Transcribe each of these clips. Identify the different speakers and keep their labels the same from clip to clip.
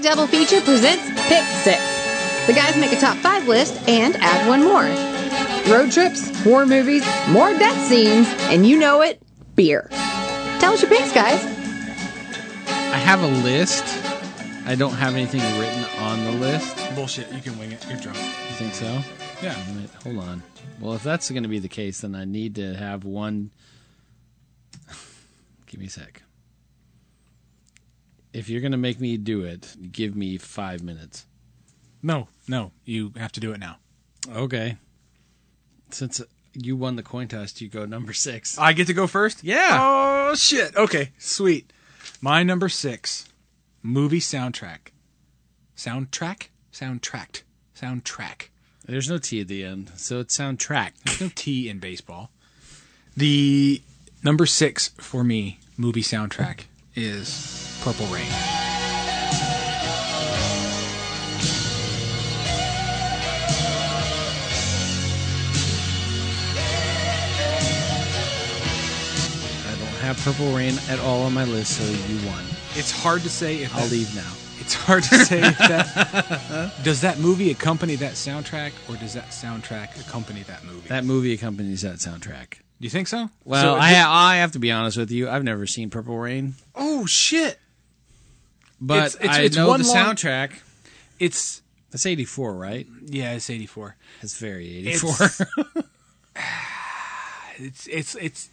Speaker 1: Double Feature presents Pick Six. The guys make a top five list and add one more. Road trips, war movies, more death scenes, and you know it, beer. Tell us your picks, guys.
Speaker 2: I have a list. I don't have anything written on the list.
Speaker 3: Bullshit. You can wing it. You're drunk.
Speaker 2: You think so?
Speaker 3: Yeah.
Speaker 2: Wait, Hold on. Well, if that's going to be the case, then I need to have one. give me a sec. If you're going to make me do it, give me five minutes.
Speaker 3: No, no. You have to do it now.
Speaker 2: Okay. Since you won the coin toss, you go number six.
Speaker 3: I get to go first?
Speaker 2: Yeah.
Speaker 3: Oh, shit. Okay. Sweet. My number six movie soundtrack. Soundtrack? Soundtracked. Soundtrack.
Speaker 2: There's no T at the end, so it's soundtrack.
Speaker 3: There's no T in baseball. The number six for me movie soundtrack is Purple Rain.
Speaker 2: I don't have Purple Rain at all on my list, so you won.
Speaker 3: It's hard to say if
Speaker 2: I'll
Speaker 3: that-
Speaker 2: leave now.
Speaker 3: It's hard to say if that does that movie accompany that soundtrack or does that soundtrack accompany that movie?
Speaker 2: That movie accompanies that soundtrack.
Speaker 3: Do you think so?
Speaker 2: Well,
Speaker 3: So
Speaker 2: I,
Speaker 3: is it-
Speaker 2: I have to be honest with you. I've never seen Purple Rain,
Speaker 3: oh shit!
Speaker 2: but
Speaker 3: It's- it's-
Speaker 2: I
Speaker 3: it's
Speaker 2: know
Speaker 3: one
Speaker 2: the
Speaker 3: long-
Speaker 2: soundtrack.
Speaker 3: It's
Speaker 2: That's eighty four, right?
Speaker 3: yeah, it's eighty four.
Speaker 2: That's very eighty
Speaker 3: It's
Speaker 2: four.
Speaker 3: it's it's it's.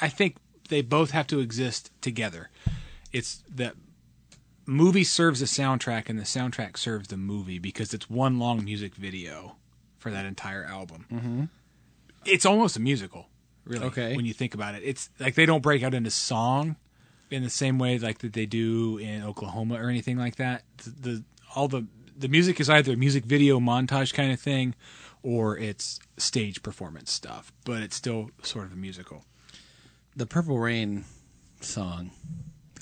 Speaker 3: I think they both have to exist together. It's that movie serves the soundtrack and the soundtrack serves the movie because it's one long music video for that entire album. Mm-hmm. It's almost a musical, really.
Speaker 2: Okay.
Speaker 3: when you think about it, it's like they don't break out into song in the same way like that they do in Oklahoma or anything like that. The, the all the the music is either a music video montage kind of thing or it's stage performance stuff, but it's still sort of a musical.
Speaker 2: the Purple Rain song.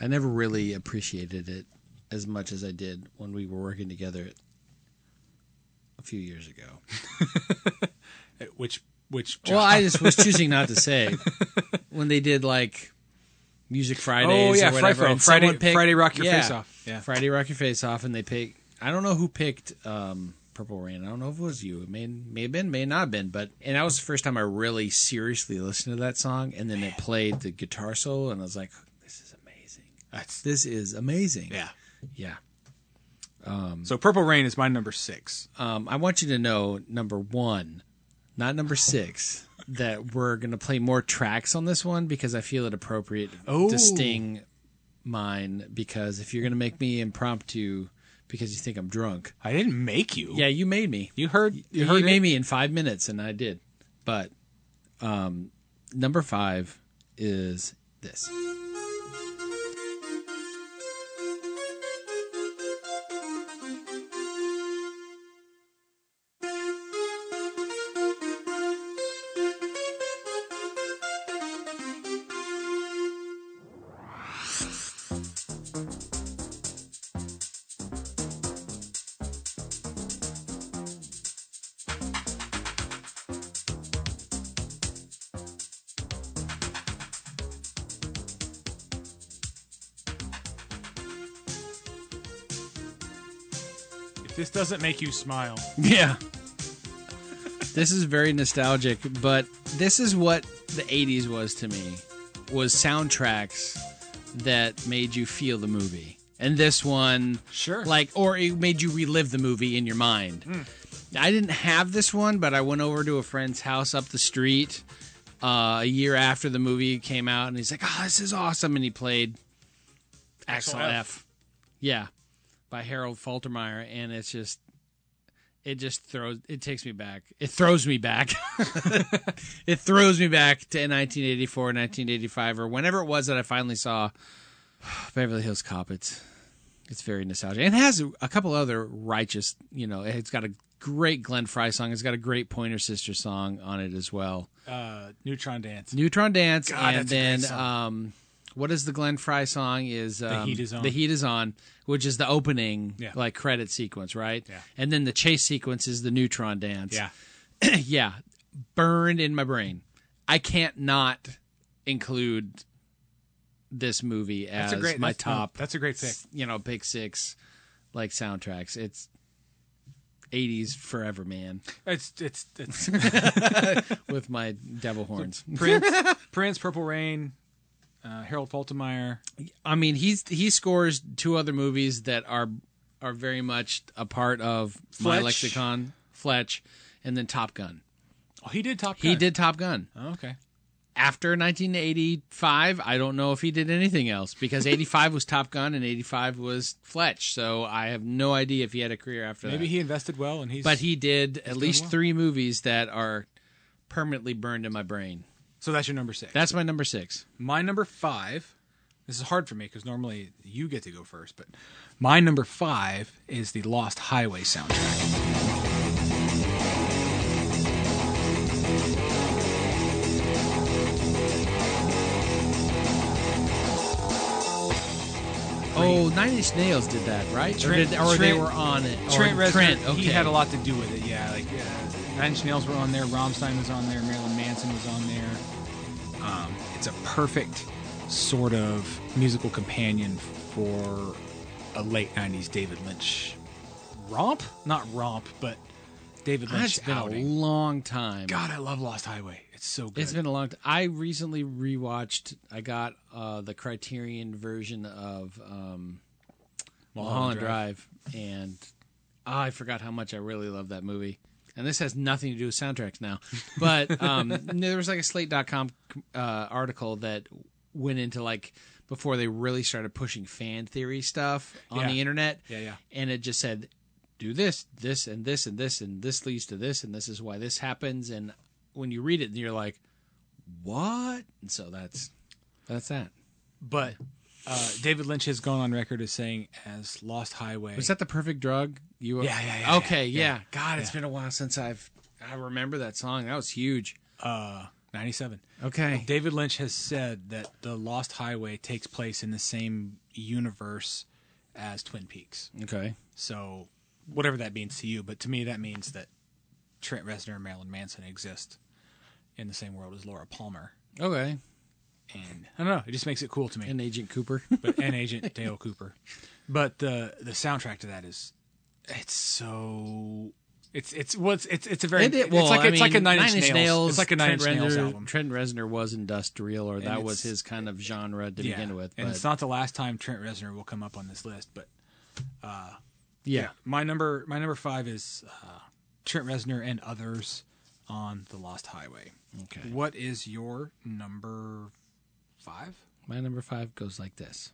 Speaker 2: I never really appreciated it as much as I did when we were working together a few years ago.
Speaker 3: Uh, Which which
Speaker 2: Well, I just was choosing not to say when they did like Music Fridays
Speaker 3: Oh, yeah,
Speaker 2: or whatever.
Speaker 3: FIFO.
Speaker 2: and
Speaker 3: Friday-
Speaker 2: someone picked-
Speaker 3: Friday Rock Your Face Off. Yeah.
Speaker 2: Friday Rock Your Face Off, and they pick. I don't know who picked um, Purple Rain. I don't know if it was you. It may may have been, may not have been, but and that was the first time I really seriously listened to that song. And then it played the guitar solo, and I was like, "This is amazing.
Speaker 3: That's-
Speaker 2: This is amazing."
Speaker 3: yeah.
Speaker 2: yeah.
Speaker 3: So Purple Rain is my number 6.
Speaker 2: um, I want you to know number one, not number six, that we're going to play more tracks on this one because I feel it appropriate
Speaker 3: Oh.
Speaker 2: to sting mine. Because if you're going to make me impromptu because you think I'm drunk,
Speaker 3: I didn't make you.
Speaker 2: yeah, you made me.
Speaker 3: You heard
Speaker 2: You,
Speaker 3: you heard
Speaker 2: made
Speaker 3: it?
Speaker 2: me in five minutes, and I did. But um, number five is this.
Speaker 3: If this doesn't make you smile.
Speaker 2: Yeah. this is very nostalgic, but this is what the 80s was to me. Was soundtracks that made you feel the movie. And this one
Speaker 3: Sure.
Speaker 2: like or it made you relive the movie in your mind. I didn't have this one, but I went over to a friend's house up the street uh, a year after the movie came out, and he's like, "Oh, this is awesome!" And he played Axel
Speaker 3: Axel
Speaker 2: F.
Speaker 3: F.
Speaker 2: yeah, by Harold Faltermeyer, and it's just, it just throws, it takes me back, it throws me back, it throws me back to 1984, 1985, or whenever it was that I finally saw Beverly Hills Cop. It's, it's very nostalgic, and it has a, a couple other righteous, you know, it's got a great Glenn Fry song, it's got a great Pointer Sister song on it as well.
Speaker 3: Uh, Neutron Dance.
Speaker 2: Neutron Dance,
Speaker 3: God,
Speaker 2: and
Speaker 3: that's a great
Speaker 2: then
Speaker 3: song.
Speaker 2: um, what is the Glenn Fry song? Is um,
Speaker 3: Heat Is On.
Speaker 2: The heat is on, which is the opening
Speaker 3: Yeah.
Speaker 2: like credit sequence, right?
Speaker 3: Yeah.
Speaker 2: And then the chase sequence is the Neutron Dance.
Speaker 3: Yeah.
Speaker 2: yeah, burned in my brain. I can't not include this movie as
Speaker 3: That's a great
Speaker 2: my
Speaker 3: that's- no,
Speaker 2: top.
Speaker 3: That's a great pick.
Speaker 2: You know, big six like soundtracks. It's 80s forever, man,
Speaker 3: It's it's it's
Speaker 2: with my devil horns.
Speaker 3: Prince, Prince, Purple Rain, uh, Harold Faltermeyer.
Speaker 2: I mean, he's he scores two other movies that are are very much a part of my
Speaker 3: Fletch.
Speaker 2: lexicon, Fletch, and then Top Gun.
Speaker 3: Oh, he did Top Gun.
Speaker 2: He did Top Gun.
Speaker 3: Oh, okay.
Speaker 2: After 1985, I don't know if he did anything else because 85 was Top Gun and 85 was Fletch. So I have no idea if he had a career after that.
Speaker 3: Maybe he invested well, and he's
Speaker 2: but he did at least
Speaker 3: well.
Speaker 2: three movies that are permanently burned in my brain.
Speaker 3: so that's your number six.
Speaker 2: That's my number six.
Speaker 3: My number five, this is hard for me because normally you get to go first, but my number five is the Lost Highway soundtrack.
Speaker 2: Oh, Nine Inch Nails did that, right?
Speaker 3: Trent-
Speaker 2: or did, or they
Speaker 3: Trent-
Speaker 2: were on it. Or
Speaker 3: Trent Reznor,
Speaker 2: Trent, okay.
Speaker 3: he had a lot to do with it. Yeah, like uh, Nine Inch Nails were on there, Rammstein was on there, Marilyn Manson was on there. Um, it's a perfect sort of musical companion for a late '90s David Lynch romp, not romp, but David Lynch.
Speaker 2: It's been a
Speaker 3: outing.
Speaker 2: long time.
Speaker 3: God, I love Lost Highway. It's so good.
Speaker 2: It's been a long time. I recently rewatched. I got uh, the Criterion version of um, Mulholland Drive, and ah, I forgot how much I really love that movie. And this has nothing to do with soundtracks now, but um, there was like a Slate.com uh, article that went into like before they really started pushing fan theory stuff on
Speaker 3: Yeah.
Speaker 2: the internet.
Speaker 3: Yeah, yeah.
Speaker 2: And it just said, do this, this, and this, and this, and this leads to this, and this is why this happens. And when you read it, you're like, what? And so that's that's that.
Speaker 3: but uh, David Lynch has gone on record as saying, as Lost Highway.
Speaker 2: Was that the perfect drug? You
Speaker 3: Yeah, yeah, yeah,
Speaker 2: Okay,
Speaker 3: yeah,
Speaker 2: yeah. God, it's been a while since I've I remember that song. That was huge.
Speaker 3: uh, 97.
Speaker 2: Okay.
Speaker 3: David Lynch has said that the Lost Highway takes place in the same universe as Twin Peaks.
Speaker 2: Okay.
Speaker 3: So, whatever that means to you, but to me, that means that Trent Reznor and Marilyn Manson exist in the same world as Laura Palmer.
Speaker 2: Okay.
Speaker 3: And I don't know, it just makes it cool to me.
Speaker 2: And Agent Cooper.
Speaker 3: but and Agent Dale Cooper. But the the soundtrack to that is it's so it's it's well, it's it's, it's a very
Speaker 2: And it-
Speaker 3: it's
Speaker 2: well,
Speaker 3: like
Speaker 2: I
Speaker 3: it's like a
Speaker 2: mean,
Speaker 3: nine inch nails. it's like a nine inch
Speaker 2: Trent
Speaker 3: nails
Speaker 2: Reznor-
Speaker 3: album.
Speaker 2: Trent Reznor was industrial, or that was
Speaker 3: it's-
Speaker 2: his kind of genre to
Speaker 3: Yeah,
Speaker 2: begin with.
Speaker 3: and
Speaker 2: but-
Speaker 3: it's not the last time Trent Reznor will come up on this list. But
Speaker 2: yeah.
Speaker 3: my number my number five is uh, Trent Reznor and others on the Lost Highway.
Speaker 2: Okay.
Speaker 3: What is your number five?
Speaker 2: My number five goes like this.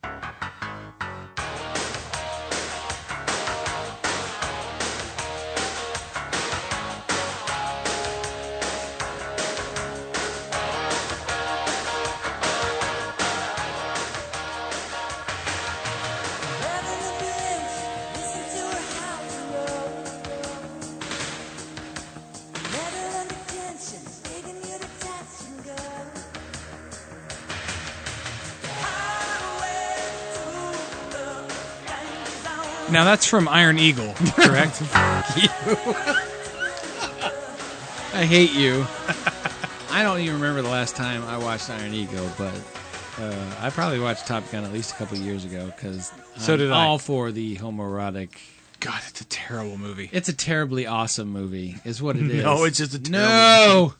Speaker 3: Now that's from Iron Eagle, correct?
Speaker 2: I hate you. I don't even remember the last time I watched Iron Eagle, but uh, I probably watched Top Gun at least a couple years ago because
Speaker 3: So did I.
Speaker 2: all for the homoerotic.
Speaker 3: God, it's a terrible movie.
Speaker 2: It's a terribly awesome movie, is what it is.
Speaker 3: No, it's just a terrible
Speaker 2: no.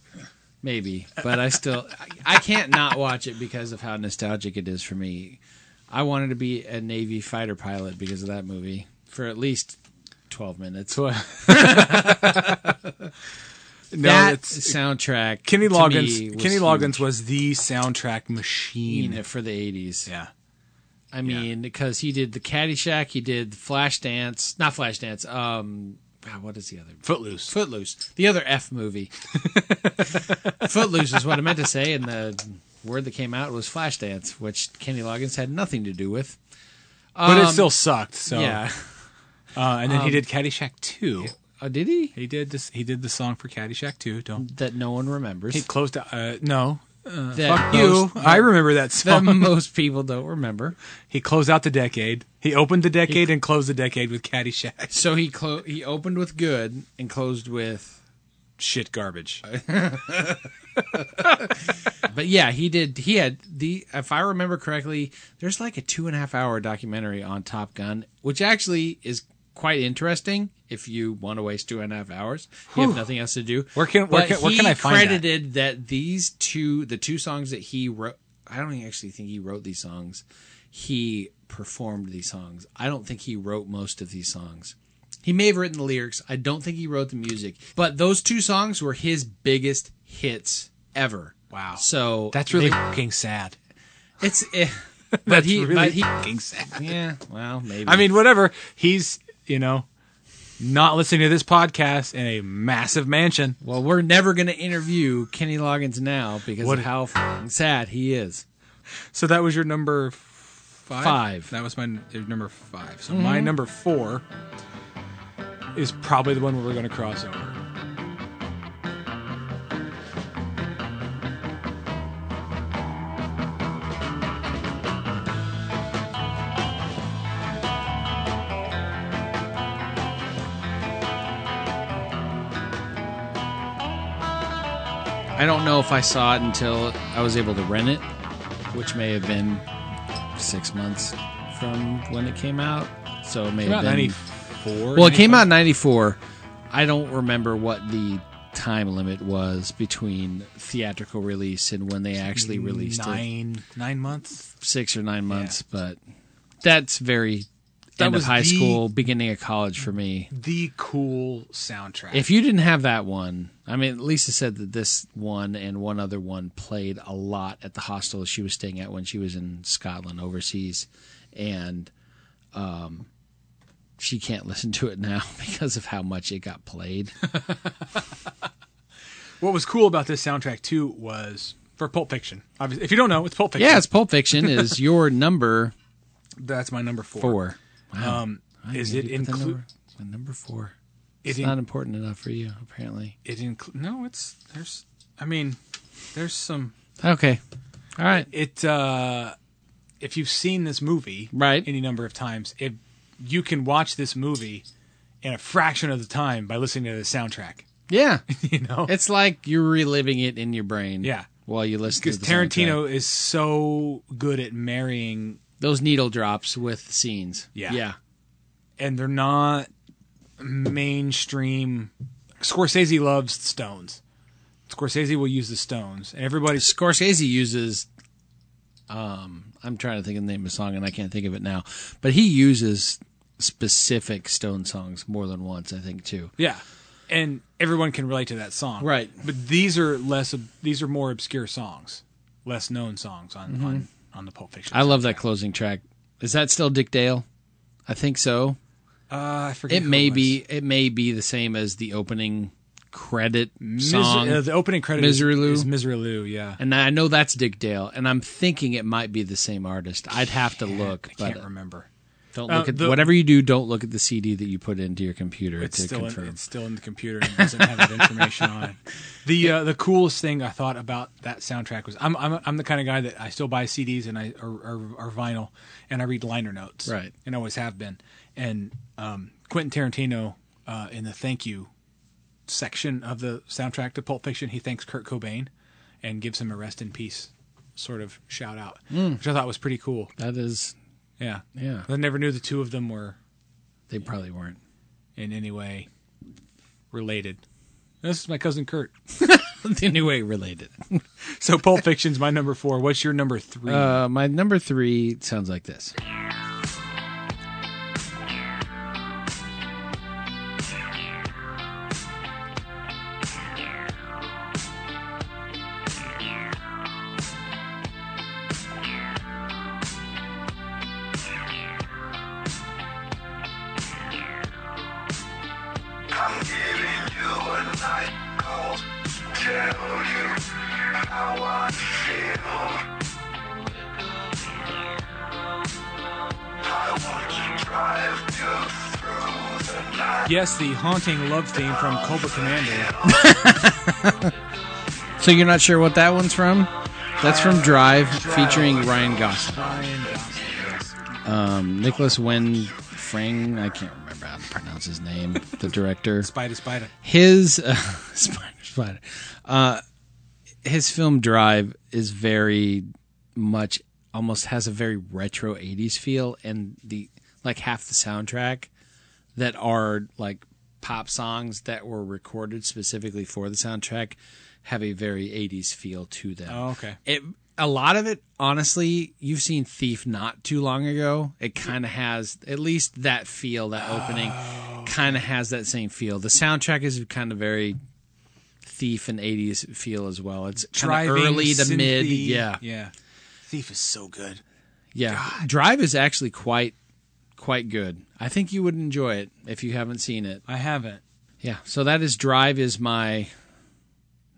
Speaker 2: Maybe, but I still I, I can't not watch it because of how nostalgic it is for me. I wanted to be a Navy fighter pilot because of that movie for at least twelve minutes.
Speaker 3: no,
Speaker 2: that
Speaker 3: it's-
Speaker 2: soundtrack,
Speaker 3: Kenny
Speaker 2: to
Speaker 3: Loggins.
Speaker 2: me, was
Speaker 3: Kenny
Speaker 2: huge.
Speaker 3: Loggins was the soundtrack machine.
Speaker 2: in it for the eighties.
Speaker 3: Yeah,
Speaker 2: I mean, because he did the Caddyshack, he did Flashdance, not Flashdance. Um, God, what is the other?
Speaker 3: Footloose.
Speaker 2: Footloose, the other F movie. Footloose is what I meant to say, and the word that came out was Flashdance, which Kenny Loggins had nothing to do with.
Speaker 3: but it still sucked. So
Speaker 2: Um, Yeah, Um,
Speaker 3: uh, and then he did Caddyshack two.
Speaker 2: oh, did he?
Speaker 3: He did this. He did the song for Caddyshack two. Don't
Speaker 2: That no one remembers.
Speaker 3: he closed? Uh, no,
Speaker 2: that
Speaker 3: fuck you.
Speaker 2: most-
Speaker 3: I remember that
Speaker 2: That
Speaker 3: song.
Speaker 2: most people don't remember.
Speaker 3: he closed out the decade. He opened the decade and closed the decade with Caddyshack.
Speaker 2: So he clo- he opened with good and closed with
Speaker 3: Shit, garbage.
Speaker 2: But yeah, he did. He had the, if I remember correctly, there's like a two and a half hour documentary on Top Gun, which actually is quite interesting if you want to waste two and a half hours. You have nothing else to do.
Speaker 3: Where can- where
Speaker 2: But
Speaker 3: can- where
Speaker 2: he
Speaker 3: can I find that?
Speaker 2: credited that? these two, the two songs that he wrote, I don't actually think he wrote these songs. He performed these songs. I don't think he wrote most of these songs. He may have written the lyrics. I don't think he wrote the music. But those two songs were his biggest hits ever.
Speaker 3: Wow.
Speaker 2: So
Speaker 3: That's really
Speaker 2: they-
Speaker 3: fucking sad.
Speaker 2: it's eh, but
Speaker 3: That's
Speaker 2: he
Speaker 3: really
Speaker 2: but he
Speaker 3: fucking sad.
Speaker 2: yeah well maybe
Speaker 3: I mean, whatever. He's you know not listening to this podcast in a massive mansion.
Speaker 2: well we're never going to interview Kenny Loggins now because
Speaker 3: What-
Speaker 2: of how fucking sad he is.
Speaker 3: So that was your number five. Mm-hmm.
Speaker 2: Five.
Speaker 3: That was my n- your number five. So my number four is probably the one where we're going to cross over.
Speaker 2: I don't know if I saw it until I was able to rent it, which may have been six months from when it came out. So maybe
Speaker 3: About ninety four.
Speaker 2: Well, it came out in 94. I don't remember what the time limit was between theatrical release and when they actually released it.
Speaker 3: nine nine months.
Speaker 2: six or nine months, but that's very
Speaker 3: That
Speaker 2: end of
Speaker 3: was
Speaker 2: high
Speaker 3: the-
Speaker 2: school, beginning of college for me.
Speaker 3: The cool soundtrack.
Speaker 2: If you didn't have that one, I mean, Lisa said that this one and one other one played a lot at the hostel she was staying at when she was in Scotland overseas, and um, she can't listen to it now because of how much it got played.
Speaker 3: what was cool about this soundtrack too was for Pulp Fiction. Obviously, if you don't know, it's Pulp Fiction.
Speaker 2: yeah, it's Pulp Fiction is your number
Speaker 3: that's my number four.
Speaker 2: four.
Speaker 3: Um, is it
Speaker 2: include
Speaker 3: include?
Speaker 2: number, my number four?
Speaker 3: It,
Speaker 2: It's
Speaker 3: in-
Speaker 2: not important enough for you, apparently.
Speaker 3: it include? No, it's there's. I mean, there's some.
Speaker 2: Okay, all right.
Speaker 3: It. uh If you've seen this movie,
Speaker 2: Right.
Speaker 3: any number of times, if you can watch this movie in a fraction of the time by listening to the soundtrack.
Speaker 2: Yeah.
Speaker 3: You know,
Speaker 2: It's like you're reliving it in your brain.
Speaker 3: Yeah.
Speaker 2: While you listen to
Speaker 3: because
Speaker 2: the soundtrack.
Speaker 3: Tarantino is so good at marrying
Speaker 2: Those needle drops with scenes.
Speaker 3: Yeah.
Speaker 2: Yeah.
Speaker 3: and they're not mainstream. Scorsese loves Stones. Scorsese will use the Stones, and everybody's
Speaker 2: Scorsese uses um I'm trying to think of the name of the song and I can't think of it now. But he uses specific Stone songs more than once, I think too.
Speaker 3: yeah, and everyone can relate to that song,
Speaker 2: Right.
Speaker 3: But these are less, ob- these are more obscure songs, less known songs on on, on the Pulp Fiction.
Speaker 2: Mm-hmm. I love that closing track. Is that still Dick Dale? I think so.
Speaker 3: Uh, I forget.
Speaker 2: It
Speaker 3: who
Speaker 2: may
Speaker 3: was.
Speaker 2: be it may be the same as the opening credit
Speaker 3: Mis-
Speaker 2: song.
Speaker 3: uh, the opening credit is-
Speaker 2: Misery Lou.
Speaker 3: is Misery Lou, yeah.
Speaker 2: And I know that's Dick Dale, and I'm thinking it might be the same artist. I'd have to look,
Speaker 3: I
Speaker 2: but uh,
Speaker 3: can't remember.
Speaker 2: don't
Speaker 3: Uh,
Speaker 2: look at
Speaker 3: the-
Speaker 2: whatever you do. Don't look at the CD that you put into your computer
Speaker 3: It's
Speaker 2: to
Speaker 3: still in,
Speaker 2: confirm.
Speaker 3: it's still in the computer and doesn't have that information on it. The uh, the coolest thing I thought about that soundtrack was I'm I'm, I'm the kind of guy that I still buy CDs and I or, or, or vinyl and I read liner notes
Speaker 2: Right.
Speaker 3: and always have been and um, Quentin Tarantino uh, in the thank you section of the soundtrack to Pulp Fiction he thanks Kurt Cobain and gives him a rest in peace sort of shout out which I thought was pretty cool
Speaker 2: that is,
Speaker 3: yeah
Speaker 2: Hmm. Yeah.
Speaker 3: I never knew the two of them were
Speaker 2: they probably weren't.
Speaker 3: in any way related. This is my cousin Kurt.
Speaker 2: anyway, related.
Speaker 3: So Pulp Fiction's my number four. What's your number three?
Speaker 2: Uh, my number three sounds like this.
Speaker 4: I'm giving you a night cold. Tell you how I feel. I want to drive you through the night.
Speaker 3: yes, the haunting love theme from Cobra Commander.
Speaker 2: So you're not sure what that one's from? That's from Drive, featuring Ryan Gosling,
Speaker 3: Ryan Gosling, yes.
Speaker 2: um, Nicholas Wynn Frang. I can't remember how to pronounce his name. The director.
Speaker 3: Spider, Spider.
Speaker 2: his uh, spider spider uh his film drive is very much almost has a very retro 80s feel and the like half the soundtrack that are like pop songs that were recorded specifically for the soundtrack have a very 80s feel to them.
Speaker 3: Oh, okay.
Speaker 2: It a lot of it honestly, you've seen Thief not too long ago. It kind of has at least that feel, that opening
Speaker 3: Oh.
Speaker 2: kind of has that same feel. The soundtrack is kind of very Thief and 80s feel as well. It's kind of
Speaker 3: Driving,
Speaker 2: early to mid,
Speaker 3: synthy-
Speaker 2: yeah.
Speaker 3: yeah. Thief is so good.
Speaker 2: Yeah, Drive is actually quite quite good. I think you would enjoy it if you haven't seen it.
Speaker 3: I haven't.
Speaker 2: Yeah, so that is Drive is my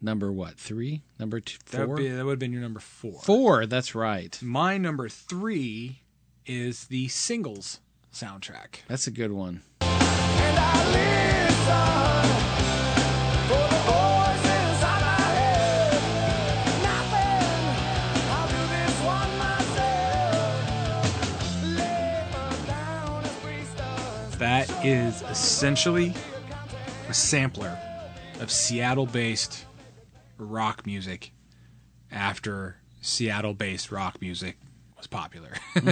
Speaker 2: number what three number two
Speaker 3: That
Speaker 2: four
Speaker 3: would, be, that would have been your number four.
Speaker 2: four. That's right.
Speaker 3: My number three is the singles soundtrack.
Speaker 2: That's a good one.
Speaker 3: That is essentially a sampler of Seattle based rock music after Seattle based rock music was popular.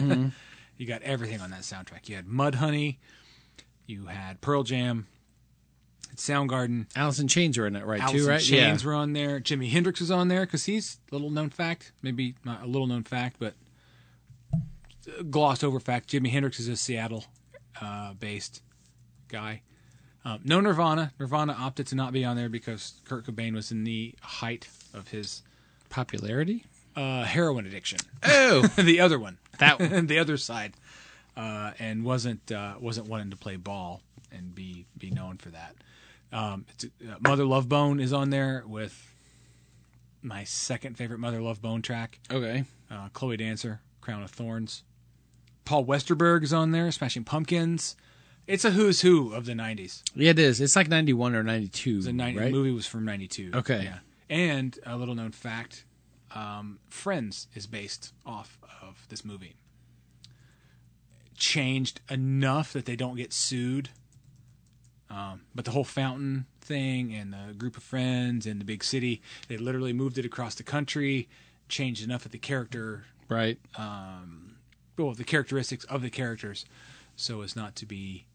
Speaker 3: you got everything on that soundtrack. You had Mudhoney, you had Pearl Jam, Soundgarden,
Speaker 2: Alice in Chains were in it, right?
Speaker 3: Alice
Speaker 2: too,
Speaker 3: in
Speaker 2: right?
Speaker 3: Chains
Speaker 2: yeah.
Speaker 3: were on there. Jimi Hendrix was on there because he's little known fact, maybe not a little known fact, but uh, glossed over fact. Jimi Hendrix is a Seattle uh, based guy. Um, no Nirvana. Nirvana opted to not be on there because Kurt Cobain was in the height of his
Speaker 2: Popularity.
Speaker 3: uh, heroin addiction.
Speaker 2: Oh,
Speaker 3: the other one,
Speaker 2: that one.
Speaker 3: the other side, uh, and wasn't uh, wasn't wanting to play ball and be be known for that. Um, it's, uh, Mother Love Bone is on there with my second favorite Mother Love Bone track,
Speaker 2: okay.
Speaker 3: uh, Chloe Dancer, Crown of Thorns. Paul Westerberg is on there, Smashing Pumpkins. It's a who's who of the '90s.
Speaker 2: Yeah, it is. It's like ninety one or ninety two.
Speaker 3: The 90,
Speaker 2: Mm, right?
Speaker 3: movie was from '92.
Speaker 2: Okay.
Speaker 3: yeah. And a little known fact, um, Friends is based off of this movie. Changed enough that they don't get sued. Um, but the whole fountain thing and the group of friends and the big city, they literally moved it across the country, changed enough that the character
Speaker 2: Right.
Speaker 3: well, the characteristics of the characters so as not to be,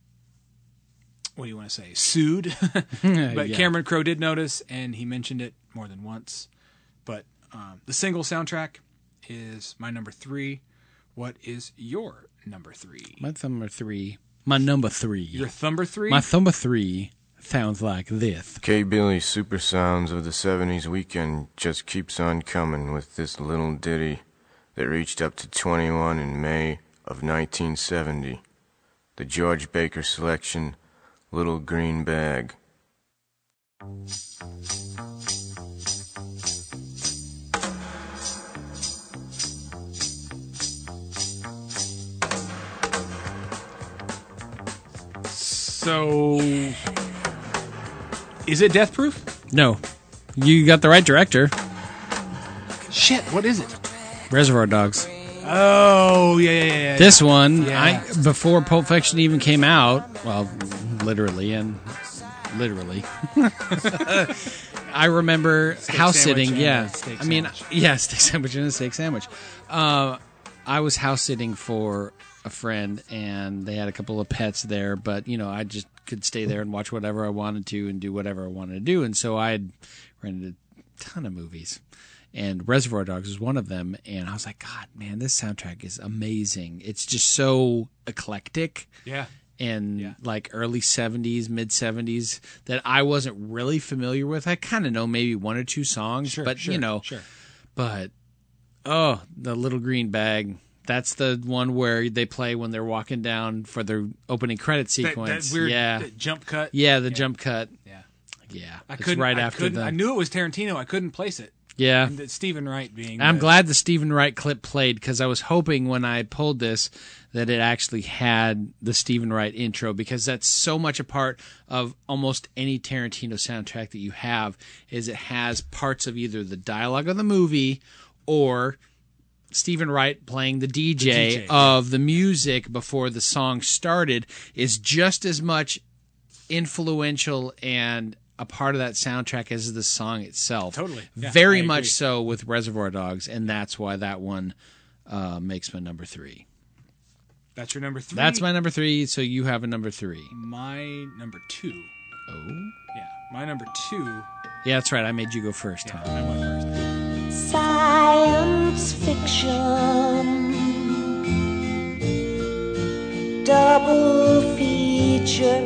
Speaker 3: um, what do you want to say, sued. but
Speaker 2: Yeah.
Speaker 3: Cameron Crowe did notice, and he mentioned it more than once. But um, the single soundtrack is my number three. What is your number three?
Speaker 2: My number three. My number three.
Speaker 3: your number three?
Speaker 2: my number three sounds like this.
Speaker 5: K. Billy's super sounds of the 70s weekend just keeps on coming with this little ditty that reached up to 21 in May of 1970. The George Baker selection, Little Green Bag.
Speaker 3: so, is it Death Proof?
Speaker 2: No, you got the right director.
Speaker 3: Shit, what is it?
Speaker 2: Reservoir Dogs.
Speaker 3: Oh, yeah, yeah, yeah. yeah.
Speaker 2: This one,
Speaker 3: Yeah.
Speaker 2: I before Pulp Fiction even came out, well, literally and literally, I remember house
Speaker 3: sandwich
Speaker 2: sitting.
Speaker 3: and
Speaker 2: Yeah,
Speaker 3: a steak
Speaker 2: I mean,
Speaker 3: sandwich.
Speaker 2: yeah, steak sandwich and a steak sandwich. Uh, I was house sitting for a friend, and they had a couple of pets there, but you know, I just could stay there and watch whatever I wanted to and do whatever I wanted to do, and so I had rented a ton of movies and Reservoir Dogs was one of them. And I was like, God, man, this soundtrack is amazing. It's just so eclectic
Speaker 3: yeah.
Speaker 2: and
Speaker 3: Yeah.
Speaker 2: like early 70s, mid 70s that I wasn't really familiar with. I kind of know maybe one or two songs,
Speaker 3: Sure,
Speaker 2: but
Speaker 3: sure,
Speaker 2: you know,
Speaker 3: sure.
Speaker 2: but oh, the little green bag. That's the one where they play when they're walking down for their opening credit
Speaker 3: That, that
Speaker 2: sequence.
Speaker 3: weird
Speaker 2: yeah.
Speaker 3: that jump cut.
Speaker 2: yeah, the jump cut.
Speaker 3: Yeah.
Speaker 2: Yeah.
Speaker 3: I
Speaker 2: it's
Speaker 3: couldn't.
Speaker 2: right
Speaker 3: I
Speaker 2: after
Speaker 3: couldn't-
Speaker 2: the
Speaker 3: I knew it was Tarantino. I couldn't place it.
Speaker 2: Yeah.
Speaker 3: And that Stephen Wright being.
Speaker 2: And I'm
Speaker 3: the-
Speaker 2: glad the Stephen Wright clip played because I was hoping when I pulled this that it actually had the Stephen Wright intro because that's so much a part of almost any Tarantino soundtrack that you have is it has parts of either the dialogue of the movie or Stephen Wright playing the DJ,
Speaker 3: DJ.
Speaker 2: of the music before the song started is just as much influential and a part of that soundtrack as the song itself.
Speaker 3: Totally. Yeah,
Speaker 2: Very
Speaker 3: I
Speaker 2: much
Speaker 3: agree.
Speaker 2: so with Reservoir Dogs, and that's why that one uh, makes my number three.
Speaker 3: That's your number three.
Speaker 2: That's my number three. So you have a number three.
Speaker 3: my number two.
Speaker 2: Oh,
Speaker 3: Yeah, my number two.
Speaker 2: yeah, that's right. I made you go first, Tom.
Speaker 3: I went first.
Speaker 6: Science fiction. Double feature.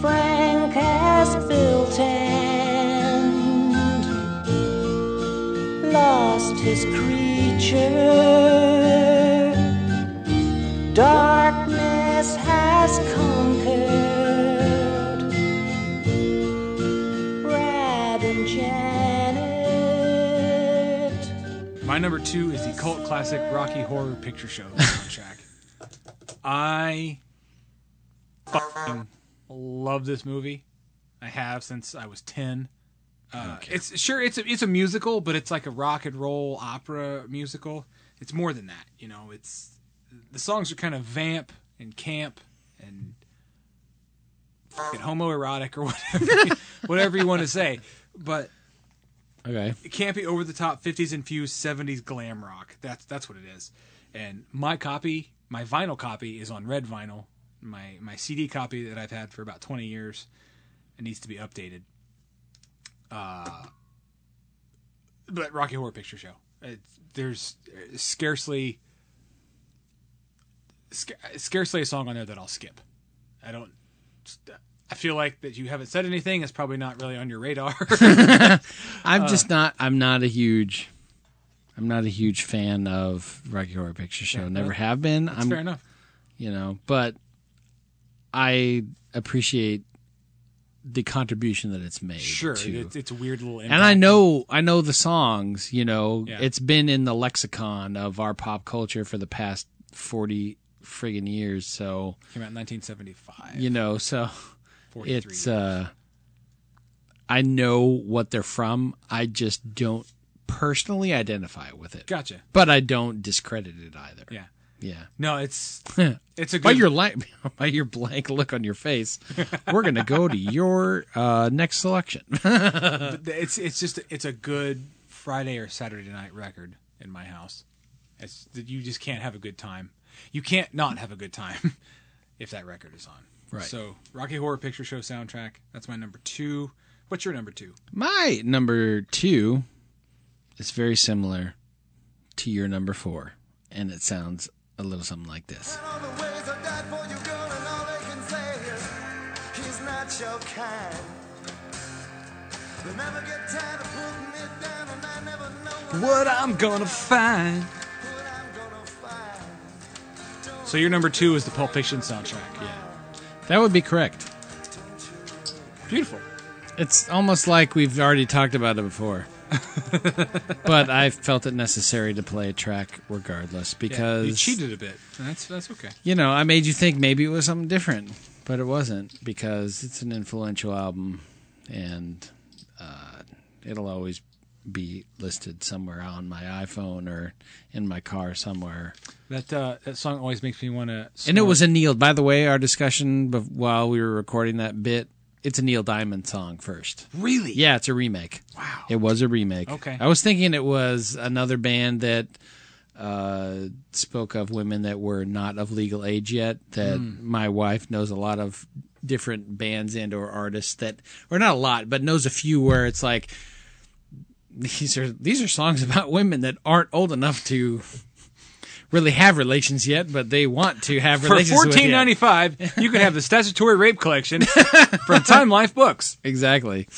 Speaker 6: Frank has built and lost his creature. Darkness has conquered. Brad and Janet.
Speaker 3: My number two is the cult classic Rocky Horror Picture Show soundtrack. I fucking love this movie. I have since I was ten. Uh, It's sure it's a, it's a musical, but it's like a rock and roll opera musical. It's more than that, you know. It's the songs are kind of vamp and camp and fucking homoerotic or whatever whatever you want to say, but
Speaker 2: Okay.
Speaker 3: it can't be over the top 50s infused 70s glam rock. That's that's what it is. And my copy, my vinyl copy is on red vinyl. My my CD copy that I've had for about 20 years it needs to be updated. Uh but Rocky Horror Picture Show. It's, there's scarcely sca- scarcely a song on there that I'll skip. I don't I feel like that you haven't said anything. It's probably not really on your radar.
Speaker 2: I'm just
Speaker 3: Uh,
Speaker 2: not. I'm not a huge. I'm not a huge fan of Rocky Horror Picture Show. Never have been. I'm
Speaker 3: Fair enough.
Speaker 2: you know, but I appreciate the contribution that it's made.
Speaker 3: Sure,
Speaker 2: to-
Speaker 3: it's, it's a weird little. Impact.
Speaker 2: and I know I know the songs, you know.
Speaker 3: Yeah.
Speaker 2: It's been in the lexicon of our pop culture for the past 40 friggin' years, so
Speaker 3: came out in 1975.
Speaker 2: you know, so
Speaker 3: 43
Speaker 2: it's uh I know what they're from. I just don't personally identify with it.
Speaker 3: gotcha.
Speaker 2: But I don't discredit it either.
Speaker 3: Yeah,
Speaker 2: Yeah.
Speaker 3: no, it's
Speaker 2: Yeah.
Speaker 3: it's a
Speaker 2: by
Speaker 3: good.
Speaker 2: your li- by your blank look on your face, we're gonna go to your uh, next selection.
Speaker 3: but it's it's just it's a good Friday or Saturday night record in my house. It's you just can't have a good time. You can't not have a good time if that record is on.
Speaker 2: Right.
Speaker 3: So Rocky Horror Picture Show soundtrack. That's my number two. What's your number two?
Speaker 2: My number two is very similar to your number four, and it sounds a little something like this.
Speaker 7: all the ways I died for you, girl, and all they can say is he's not your kind. They never get tired of putting it down, and I never know what
Speaker 3: What I'm gonna find.
Speaker 7: I'm gonna find.
Speaker 3: So your number two is the Pulp Fiction soundtrack. Yeah.
Speaker 2: That would be correct.
Speaker 3: Beautiful.
Speaker 2: It's almost like we've already talked about it before, but I felt it necessary to play a track regardless because
Speaker 3: you cheated a bit. and That's that's okay.
Speaker 2: you know, I made you think maybe it was something different, but it wasn't because it's an influential album, and uh, it'll always be listed somewhere on my iPhone or in my car somewhere.
Speaker 3: That uh, that song always makes me want to.
Speaker 2: And it was a Neil. By the way, our discussion bef- while we were recording that bit, it's a Neil Diamond song first.
Speaker 3: really
Speaker 2: Yeah, it's a remake. Wow. It was a remake.
Speaker 3: Okay.
Speaker 2: I was thinking it was another band that uh, spoke of women that were not of legal age yet. That
Speaker 3: Hmm.
Speaker 2: my wife knows a lot of different bands and or artists that, or not a lot, but knows a few where it's like these are these are songs about women that aren't old enough to really have relations yet, but they want to have
Speaker 3: for
Speaker 2: relations with
Speaker 3: fourteen
Speaker 2: you.
Speaker 3: ninety five, you can have the statutory rape collection from Time Life Books.
Speaker 2: exactly.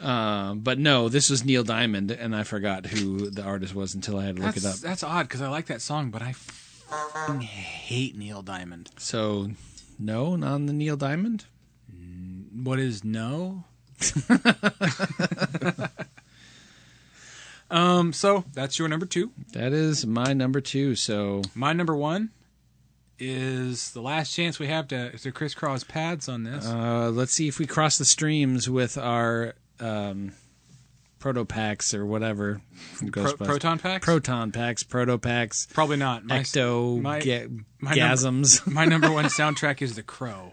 Speaker 2: Um, but no, this was Neil Diamond, and I forgot who the artist was until I had to look
Speaker 3: That's,
Speaker 2: it up.
Speaker 3: that's odd because I like that song, but I f***ing hate Neil Diamond.
Speaker 2: So, no, not on the Neil Diamond.
Speaker 3: What is no? um. So that's your number two.
Speaker 2: That is my number two. So,
Speaker 3: My number one is the last chance we have to to crisscross pads on this.
Speaker 2: uh, let's see if we cross the streams with our um, proto packs or whatever from
Speaker 3: Pro-
Speaker 2: Ghostbusters.
Speaker 3: proton packs.
Speaker 2: proton packs, proto packs,
Speaker 3: Probably not. My,
Speaker 2: ecto
Speaker 3: my-
Speaker 2: ga-
Speaker 3: my
Speaker 2: gasms.
Speaker 3: my number one soundtrack is The Crow.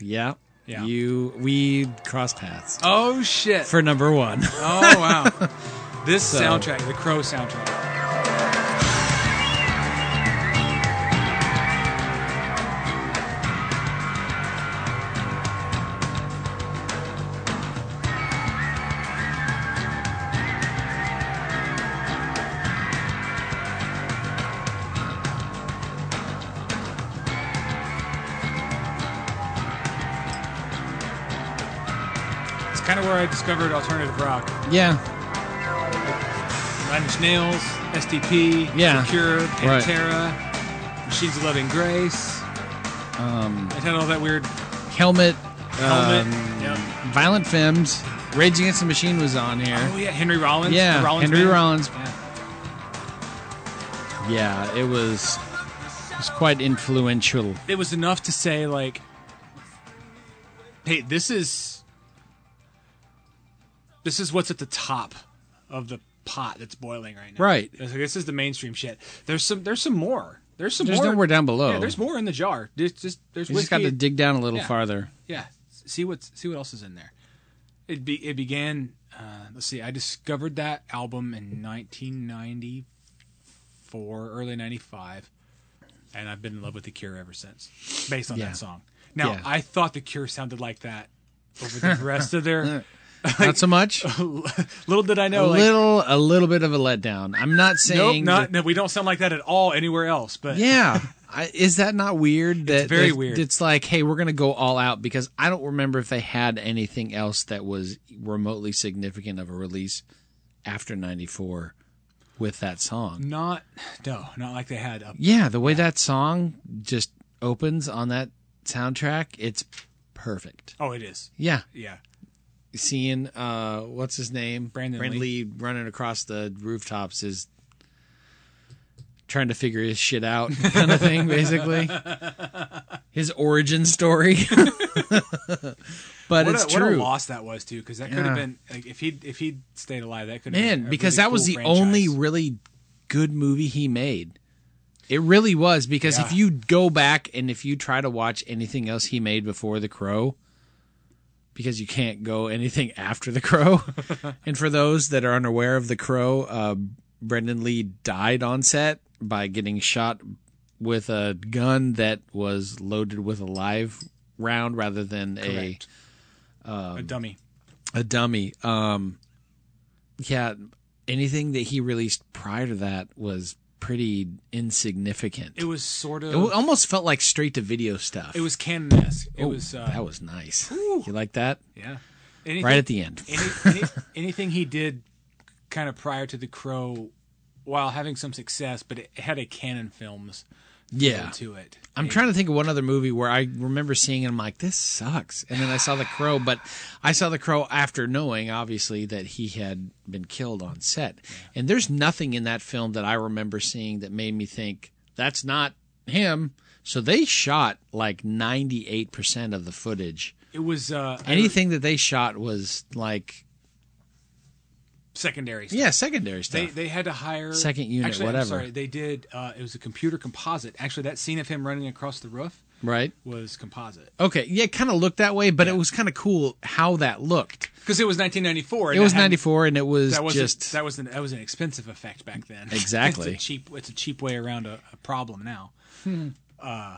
Speaker 2: yeah.
Speaker 3: Yeah.
Speaker 2: You we cross paths
Speaker 3: Oh shit.
Speaker 2: for number one.
Speaker 3: Oh wow! this soundtrack, the Crow soundtrack. kind of where I discovered alternative rock.
Speaker 2: Yeah.
Speaker 3: Nine Nails, STP,
Speaker 2: Yeah.
Speaker 3: The Cure,
Speaker 2: Right.
Speaker 3: Pantera, Machines of Loving Grace. Um, it had all that weird
Speaker 2: Helmet.
Speaker 3: helmet.
Speaker 2: um,
Speaker 3: Yep.
Speaker 2: Violent Femmes. Rage Against the Machine was on here.
Speaker 3: Oh yeah, Henry Rollins.
Speaker 2: yeah.
Speaker 3: the Rollins
Speaker 2: Henry
Speaker 3: band.
Speaker 2: Rollins.
Speaker 3: Yeah.
Speaker 2: Yeah, it was. It was quite influential.
Speaker 3: It was enough to say like, "Hey, this is this is what's at the top of the pot that's boiling right now."
Speaker 2: Right.
Speaker 3: It's like, this is the mainstream shit. There's some. There's some more. There's some
Speaker 2: There's
Speaker 3: more.
Speaker 2: nowhere down below.
Speaker 3: Yeah, there's more in the jar. There's just there's
Speaker 2: You just got
Speaker 3: whiskey-
Speaker 2: to dig down a little
Speaker 3: Yeah.
Speaker 2: farther.
Speaker 3: Yeah, see what's see what else is in there. It be it began. Uh, let's see. I discovered that album in 1994, early '95, and I've been in love with the Cure ever since, based on
Speaker 2: Yeah.
Speaker 3: that song. Now
Speaker 2: Yeah.
Speaker 3: I thought the Cure sounded like that over the rest of their.
Speaker 2: Not so much.
Speaker 3: little did I
Speaker 2: a
Speaker 3: know, like,
Speaker 2: little, a little bit of a letdown. I'm not
Speaker 3: nope,
Speaker 2: saying.
Speaker 3: not
Speaker 2: that-
Speaker 3: no. We don't sound like that at all anywhere else. But
Speaker 2: yeah, I, is that not weird? That
Speaker 3: very
Speaker 2: that-
Speaker 3: weird.
Speaker 2: It's like, hey, we're gonna go all out because I don't remember if they had anything else that was remotely significant of a release after '94 with that song.
Speaker 3: not no, not like they had up
Speaker 2: Yeah, the way that song just opens on that soundtrack, it's perfect.
Speaker 3: Oh, it is.
Speaker 2: Yeah,
Speaker 3: Yeah,
Speaker 2: seeing uh, what's his name,
Speaker 3: Brandon
Speaker 2: Lee. running across the rooftops is trying to figure his shit out, kind of thing, basically. His origin story, but
Speaker 3: what,
Speaker 2: it's
Speaker 3: a, what a
Speaker 2: true,
Speaker 3: loss that was too, because that could
Speaker 2: Yeah.
Speaker 3: have been like, if he if he'd stayed alive, that could have been
Speaker 2: man,
Speaker 3: a
Speaker 2: because
Speaker 3: really
Speaker 2: that was
Speaker 3: cool
Speaker 2: the
Speaker 3: franchise.
Speaker 2: only really good movie he made. It really was because if
Speaker 3: Yeah.
Speaker 2: you go back and if you try to watch anything else he made before The Crow, because you can't go anything after The Crow. and for those that are unaware of The Crow, uh, Brendan Lee died on set by getting shot with a gun that was loaded with a live round rather than a
Speaker 3: Correct. a dummy.
Speaker 2: a dummy. Um, yeah, anything that he released prior to that was pretty insignificant.
Speaker 3: It was sort of
Speaker 2: It w- almost felt like straight to video stuff.
Speaker 3: it was canon-esque. It
Speaker 2: Oh,
Speaker 3: was uh,
Speaker 2: that was nice. You like that?
Speaker 3: yeah. Anything,
Speaker 2: Right at the end.
Speaker 3: any, any, anything he did kind of prior to the Crow, while having some success, but it had a canon films
Speaker 2: Yeah.
Speaker 3: to it.
Speaker 2: I'm trying to think of one other movie where I remember seeing it. I'm like, this sucks. And then I saw The Crow, but I saw The Crow after knowing, obviously, that he had been killed on set. And there's nothing in that film that I remember seeing that made me think that's not him. So they shot like 98% of the footage.
Speaker 3: It was uh,
Speaker 2: Anything that they shot was like,
Speaker 3: secondary. Stuff.
Speaker 2: yeah, secondary stuff.
Speaker 3: They, they had to hire
Speaker 2: Second unit,
Speaker 3: actually, I'm
Speaker 2: whatever.
Speaker 3: sorry, they did. Uh, it was a computer composite. Actually, that scene of him running across the roof
Speaker 2: right?
Speaker 3: was composite.
Speaker 2: Okay. Yeah, it kind of looked that way, but it was kind of cool how that looked.
Speaker 3: Because it was 1994. and
Speaker 2: It was
Speaker 3: that hadn't-
Speaker 2: 94 and it was
Speaker 3: That was
Speaker 2: just.
Speaker 3: that was an, that was an expensive effect back then.
Speaker 2: Exactly. Hmm.
Speaker 3: it's a cheap. It's a cheap way around a, a problem now. Uh,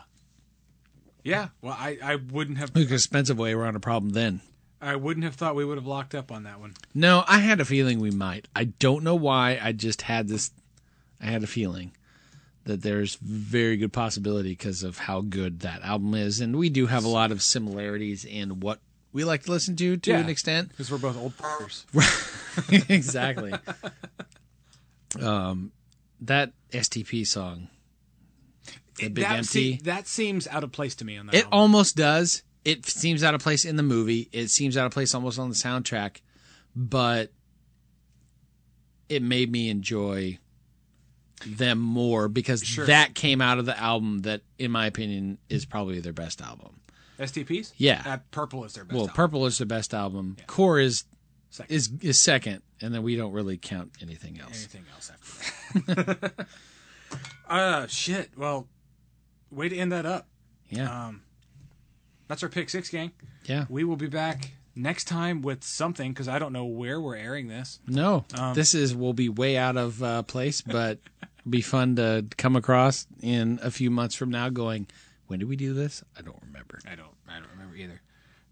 Speaker 3: yeah. Well, I, I wouldn't have
Speaker 2: Look, expensive way around a problem then.
Speaker 3: I wouldn't have thought we would have locked up on that one.
Speaker 2: No, I had a feeling we might. I don't know why. I just had this. I had a feeling that there's very good possibility because of how good that album is, and we do have a lot of similarities in what we like to listen to to
Speaker 3: Yeah.
Speaker 2: an extent.
Speaker 3: because we're both old fuckers.
Speaker 2: exactly. um, that STP song, the Big
Speaker 3: that,
Speaker 2: Empty.
Speaker 3: see, that seems out of place to me on that.
Speaker 2: It
Speaker 3: album.
Speaker 2: almost does. It seems out of place in the movie. It seems out of place almost on the soundtrack, but it made me enjoy them more because that came out of the album that, in my opinion, is probably their best album.
Speaker 3: STPs.
Speaker 2: Yeah.
Speaker 3: Uh, Purple is their best.
Speaker 2: well,
Speaker 3: album.
Speaker 2: Purple is the best album. Core is
Speaker 3: Second.
Speaker 2: is is second, and then we don't really count anything else.
Speaker 3: anything else after that. uh shit. Well, way to end that up. uh,
Speaker 2: Yeah,
Speaker 3: That's our pick six, gang.
Speaker 2: yeah.
Speaker 3: We will be back next time with something because I don't know where we're airing this.
Speaker 2: No, this is will be way out of uh, place, but be fun to come across in a few months from now. Going, when did we do this? I don't remember.
Speaker 3: I don't. I don't remember either.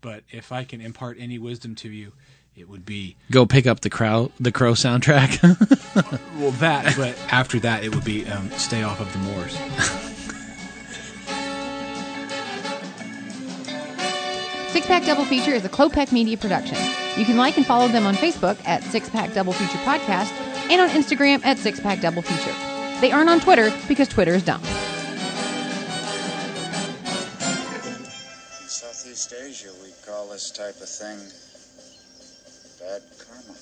Speaker 3: But if I can impart any wisdom to you, it would be
Speaker 2: Go pick up the crow, the crow soundtrack.
Speaker 3: well that. But after that, it would be um, stay off of the moors.
Speaker 1: Six Pack Double Feature is a Clopec Media production. You can like and follow them on Facebook at Six Pack Double Feature Podcast and on Instagram at Six Pack Double Feature. They aren't on Twitter because Twitter is dumb.
Speaker 8: In Southeast Asia, we call this type of thing bad karma.